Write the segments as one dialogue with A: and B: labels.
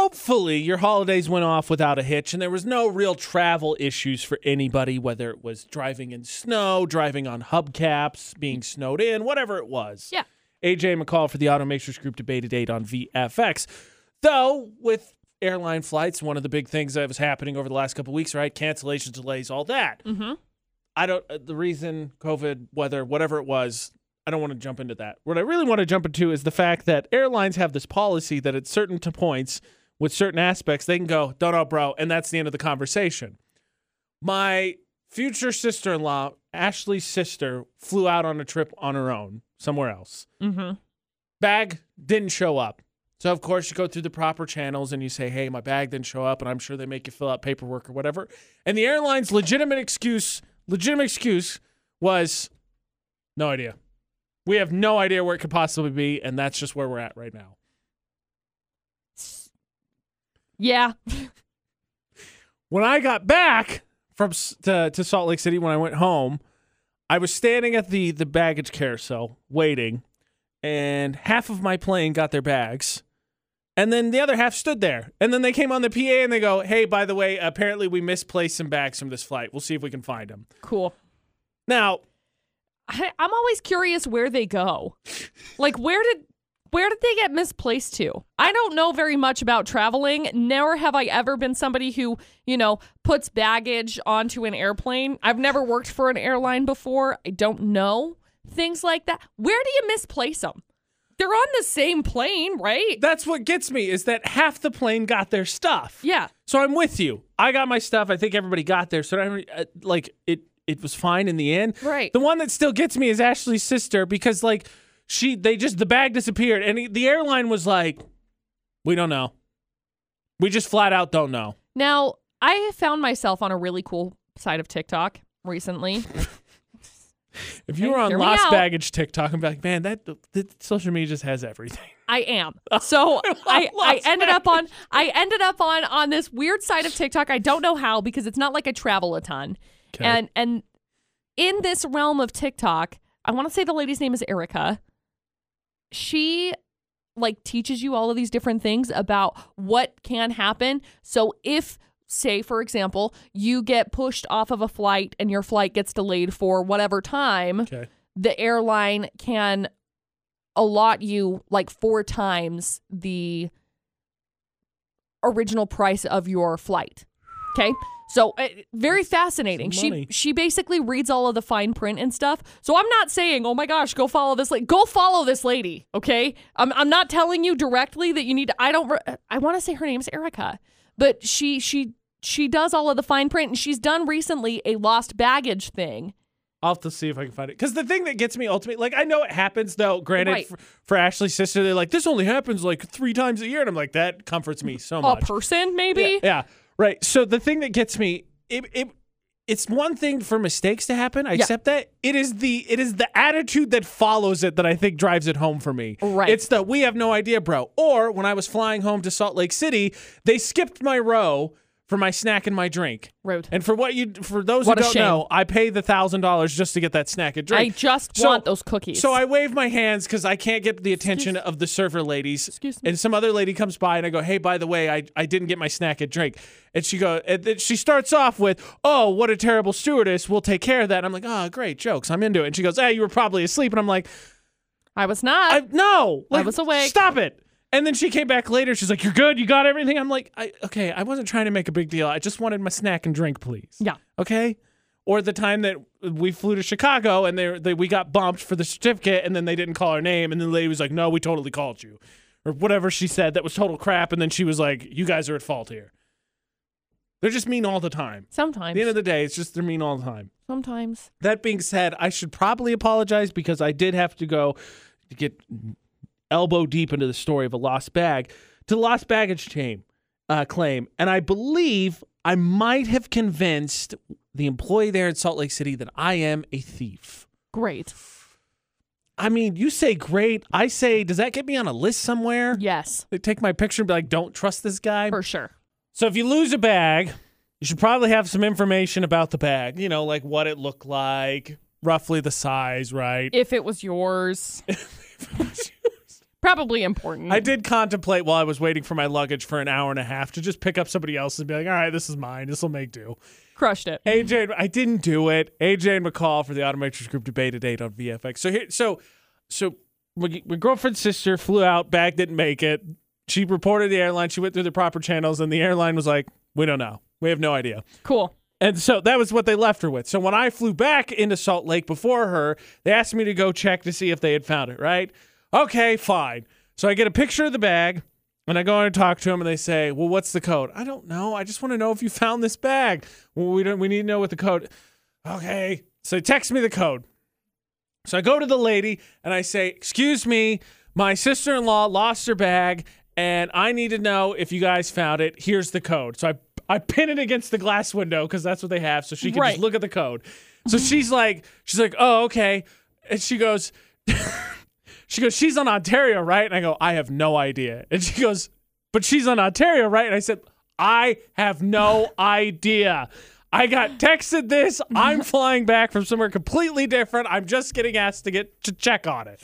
A: thankfully, your holidays went off without a hitch, and there was no real travel issues for anybody, whether it was driving in snow, driving on hubcaps, being snowed in, whatever it was.
B: Yeah.
A: AJ McCall for the Automakers Group debate at 8 on VFX. Though, with airline flights, one of the big things that was happening over the last couple weeks, right? Cancellation delays, all that.
B: Mm-hmm.
A: I don't, uh, the reason COVID, weather, whatever it was, I don't want to jump into that. What I really want to jump into is the fact that airlines have this policy that at certain t- points, with certain aspects, they can go, no, no, bro, and that's the end of the conversation. My future sister in law, Ashley's sister, flew out on a trip on her own somewhere else
B: Mm-hmm.
A: bag didn't show up. So of course you go through the proper channels and you say, "Hey, my bag didn't show up," and I'm sure they make you fill out paperwork or whatever. And the airline's legitimate excuse, legitimate excuse was no idea. We have no idea where it could possibly be, and that's just where we're at right now.
B: Yeah.
A: When I got back from S- to, to Salt Lake City when I went home, I was standing at the the baggage carousel waiting, and half of my plane got their bags, and then the other half stood there. And then they came on the PA and they go, "Hey, by the way, apparently we misplaced some bags from this flight. We'll see if we can find them."
B: Cool.
A: Now,
B: I, I'm always curious where they go. Like where did where did they get misplaced to? I don't know very much about traveling. Never have I ever been somebody who, you know, puts baggage onto an airplane. I've never worked for an airline before. I don't know things like that. Where do you misplace them? They're on the same plane, right?
A: that's what gets me is that half the plane got their stuff.
B: Yeah.
A: So I'm with you. I got my stuff. I think everybody got there. So I, uh, like it, it was fine in the end.
B: Right.
A: The one that still gets me is Ashley's sister because like she, they just the bag disappeared, and he- the airline was like, "We don't know. We just flat out don't know."
B: Now, I found myself on a really cool side of TikTok recently.
A: If you
B: Okay,
A: were on
B: hear me
A: lost
B: out.
A: baggage TikTok, I'm like, man, that, that social media just has everything.
B: I am. So I, I
A: lost
B: ended up on I ended up on on this weird side of TikTok. I don't know how because it's not like I travel a ton.
A: Okay.
B: And and in this realm of TikTok, I want to say the lady's name is Erica. She like teaches you all of these different things about what can happen. So if say for example, you get pushed off of a flight and your flight gets delayed for whatever time,
A: Okay.
B: the airline can allot you like four times the original price of your flight. Okay? So uh, very fascinating.
A: some
B: She
A: money.
B: she basically reads all of the fine print and stuff. So I'm not saying, "Oh my gosh, go follow this lady. Go follow this lady." Okay? I'm I'm not telling you directly that you need to, I don't re- I want to say her name's Erica, but she she she does all of the fine print and she's done recently a lost baggage thing.
A: I'll have to see if I can find it. Because the thing that gets me ultimately, like, I know it happens though. Granted,
B: Right.
A: for, for Ashley's sister, they're like, this only happens like three times a year. And I'm like, that comforts me so
B: A
A: much.
B: person maybe?
A: Yeah, yeah, right. So the thing that gets me, it, it, it's one thing for mistakes to happen. I
B: Yeah.
A: accept that. It is the it is the attitude that follows it that I think drives it home for me.
B: Right.
A: It's the we have no idea, bro. Or when I was flying home to Salt Lake City, they skipped my row for my snack and my drink.
B: Rude.
A: And for what you for those
B: What a
A: who don't
B: shame.
A: know, I pay the thousand dollars just to get that snack and
B: I
A: drink.
B: just
A: So-
B: want those cookies.
A: So I wave my hands because I can't get the attention of the server ladies.
B: Excuse me.
A: And some other lady comes by and I go, "Hey, by the way, I, I didn't get my snack and drink." And she go, and then she starts off with, "Oh, what a terrible stewardess. We'll take care of that." And I'm like, "Oh, great jokes. I'm into it." And she goes, "Hey, you were probably asleep." And I'm like,
B: I was not.
A: I no,
B: I
A: like,
B: was awake.
A: Stop it. And then she came back later. She's like, "You're good. You got everything." I'm like, I, "Okay, I wasn't trying to make a big deal. I just wanted my snack and drink, please."
B: yeah.
A: okay? Or the time that we flew to Chicago and they, they we got bumped for the certificate and then they didn't call our name and then the lady was like, "No, we totally called you," or whatever she said that was total crap. And then she was like, "You guys are at fault here." They're just mean all the time. At
B: Sometimes.
A: the end of the day, it's just they're mean all the time.
B: sometimes.
A: That being said, I should probably apologize because I did have to go to get elbow deep into the story of a lost bag to the lost baggage chain uh, claim, and I believe I might have convinced the employee there in Salt Lake City that I am a thief.
B: Great.
A: I mean, you say great. I say, does that get me on a list somewhere?
B: Yes.
A: They take my picture and be like, don't trust this guy.
B: For sure.
A: So if you lose a bag, you should probably have some information about the bag. You know, like what it looked like, roughly the size, right?
B: If it was yours. Probably important.
A: I did contemplate while I was waiting for my luggage for an hour and a half to just pick up somebody else's and be like, all right, this is mine. This will make do.
B: Crushed it.
A: AJ, I didn't do it. AJ and McCall for the Automatrix Group debate at eight on VFX. So here, so, so my, my girlfriend's sister flew out. Bag didn't make it. She reported the airline. She went through the proper channels, and the airline was like, "We don't know. We have no idea."
B: Cool.
A: And so that was what they left her with. So when I flew back into Salt Lake before her, they asked me to go check to see if they had found it, right? Okay, fine. So I get a picture of the bag and I go in and talk to them and they say, Well, what's the code? I don't know. I just want to know if you found this bag. Well, we don't we need to know what the code. Okay. So text me the code. So I go to the lady and I say, Excuse me, my sister in law lost her bag and I need to know if you guys found it. Here's the code. So I, I pin it against the glass window because that's what they have. So she can
B: Right.
A: just look at the code. So she's like, She's like, Oh, okay. And she goes, She goes, She's on Ontario, right? And I go, I have no idea. And she goes, But she's on Ontario, right? And I said, I have no idea. I got texted this. I'm flying back from somewhere completely different. I'm just getting asked to get to check on it.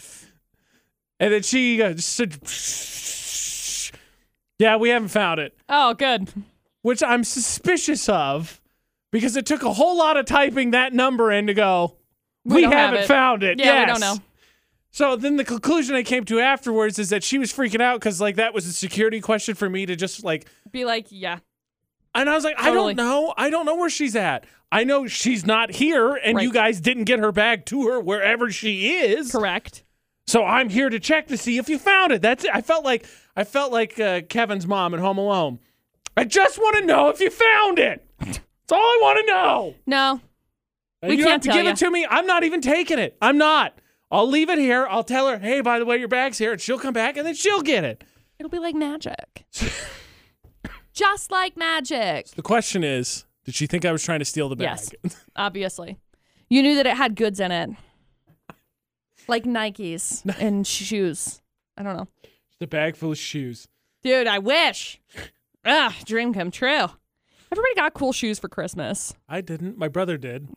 A: And then she goes, "Shh. Yeah, we haven't found it,
B: Oh, good.
A: which I'm suspicious of because it took a whole lot of typing that number in to go, We,
B: don't
A: haven't
B: have it."
A: found it.
B: Yeah, we don't
A: Yes.
B: know.
A: So then the conclusion I came to afterwards is that she was freaking out because like that was a security question for me to just like
B: Be like, yeah.
A: and I was like,
B: Totally.
A: I don't know. I don't know where she's at. I know she's not here and you
B: Right.
A: guys didn't get her bag to her wherever she is.
B: Correct.
A: So I'm here to check to see if you found it. That's it. I felt like I felt like uh, Kevin's mom at Home Alone. I just want to know if you found it. That's all I want to know.
B: No.
A: And
B: We
A: you
B: can't
A: don't have to
B: tell
A: give
B: ya.
A: it to me. I'm not even taking it. I'm not. I'll leave it here. I'll tell her, hey, by the way, your bag's here, and she'll come back and then she'll get it.
B: It'll be like magic. Just like magic.
A: The question is, did she think I was trying to steal the bag?
B: Yes. Obviously. You knew that it had goods in it. Like Nikes and shoes. I don't know.
A: the bag full of shoes.
B: Dude, I wish. Ugh, dream come true. Everybody got cool shoes for Christmas.
A: I didn't. My brother did.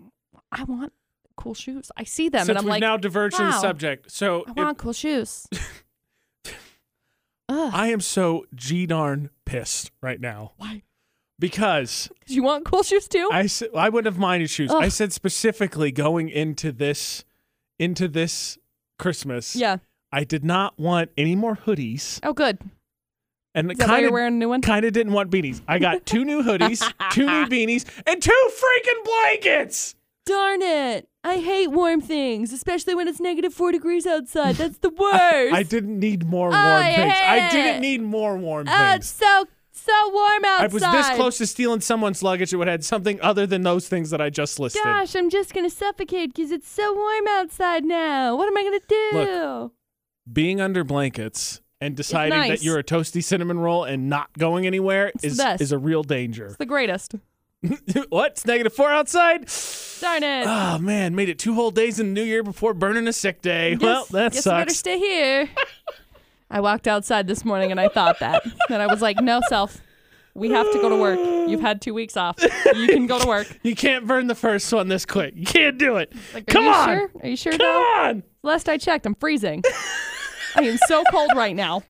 B: I want cool shoes. I see them and
A: Since
B: I'm
A: we've
B: like,
A: now diverged from the
B: wow.
A: subject, so
B: I
A: if-
B: want cool shoes. Ugh,
A: I am so g darn pissed right now
B: why?
A: because
B: 'Cause you want cool shoes too?
A: I s- I wouldn't have minded shoes. I
B: Ugh.
A: said specifically going into this into this Christmas.
B: yeah.
A: I did not want any more hoodies,
B: Oh, good.
A: and
B: Is that why
A: kind
B: you're
A: of
B: wearing a new one?
A: kind of didn't want beanies. I got two new hoodies, two new beanies, and two freaking blankets.
B: Darn it. I hate warm things, especially when it's negative four degrees outside. That's the worst.
A: I didn't need more warm
B: I
A: things. I
B: hate
A: didn't
B: it.
A: need more warm
B: oh, it's
A: things.
B: so, so warm outside.
A: I was this close to stealing someone's luggage. It would have had something other than those things that I just listed.
B: Gosh, I'm just going to suffocate because it's so warm outside now. What am I going to do?
A: Being under blankets and deciding
B: nice.
A: that you're a toasty cinnamon roll and not going anywhere
B: the
A: is
B: best.
A: is a real danger.
B: It's the greatest.
A: what? It's negative four outside?
B: Darn it.
A: Oh man, made it two whole days in the new year before burning a sick day. well,
B: Guess-
A: that
B: guess I better
A: sucks.
B: stay here. I walked outside this morning and I thought that. Then I was like, no, self. We have to go to work. You've had two weeks off. You can go to work.
A: You can't burn the first one this quick. You can't do it.
B: Like, are
A: Come
B: you
A: on.
B: sure? Are you sure,
A: Come
B: though?
A: on.
B: Last I checked, I'm freezing. I am so cold right now.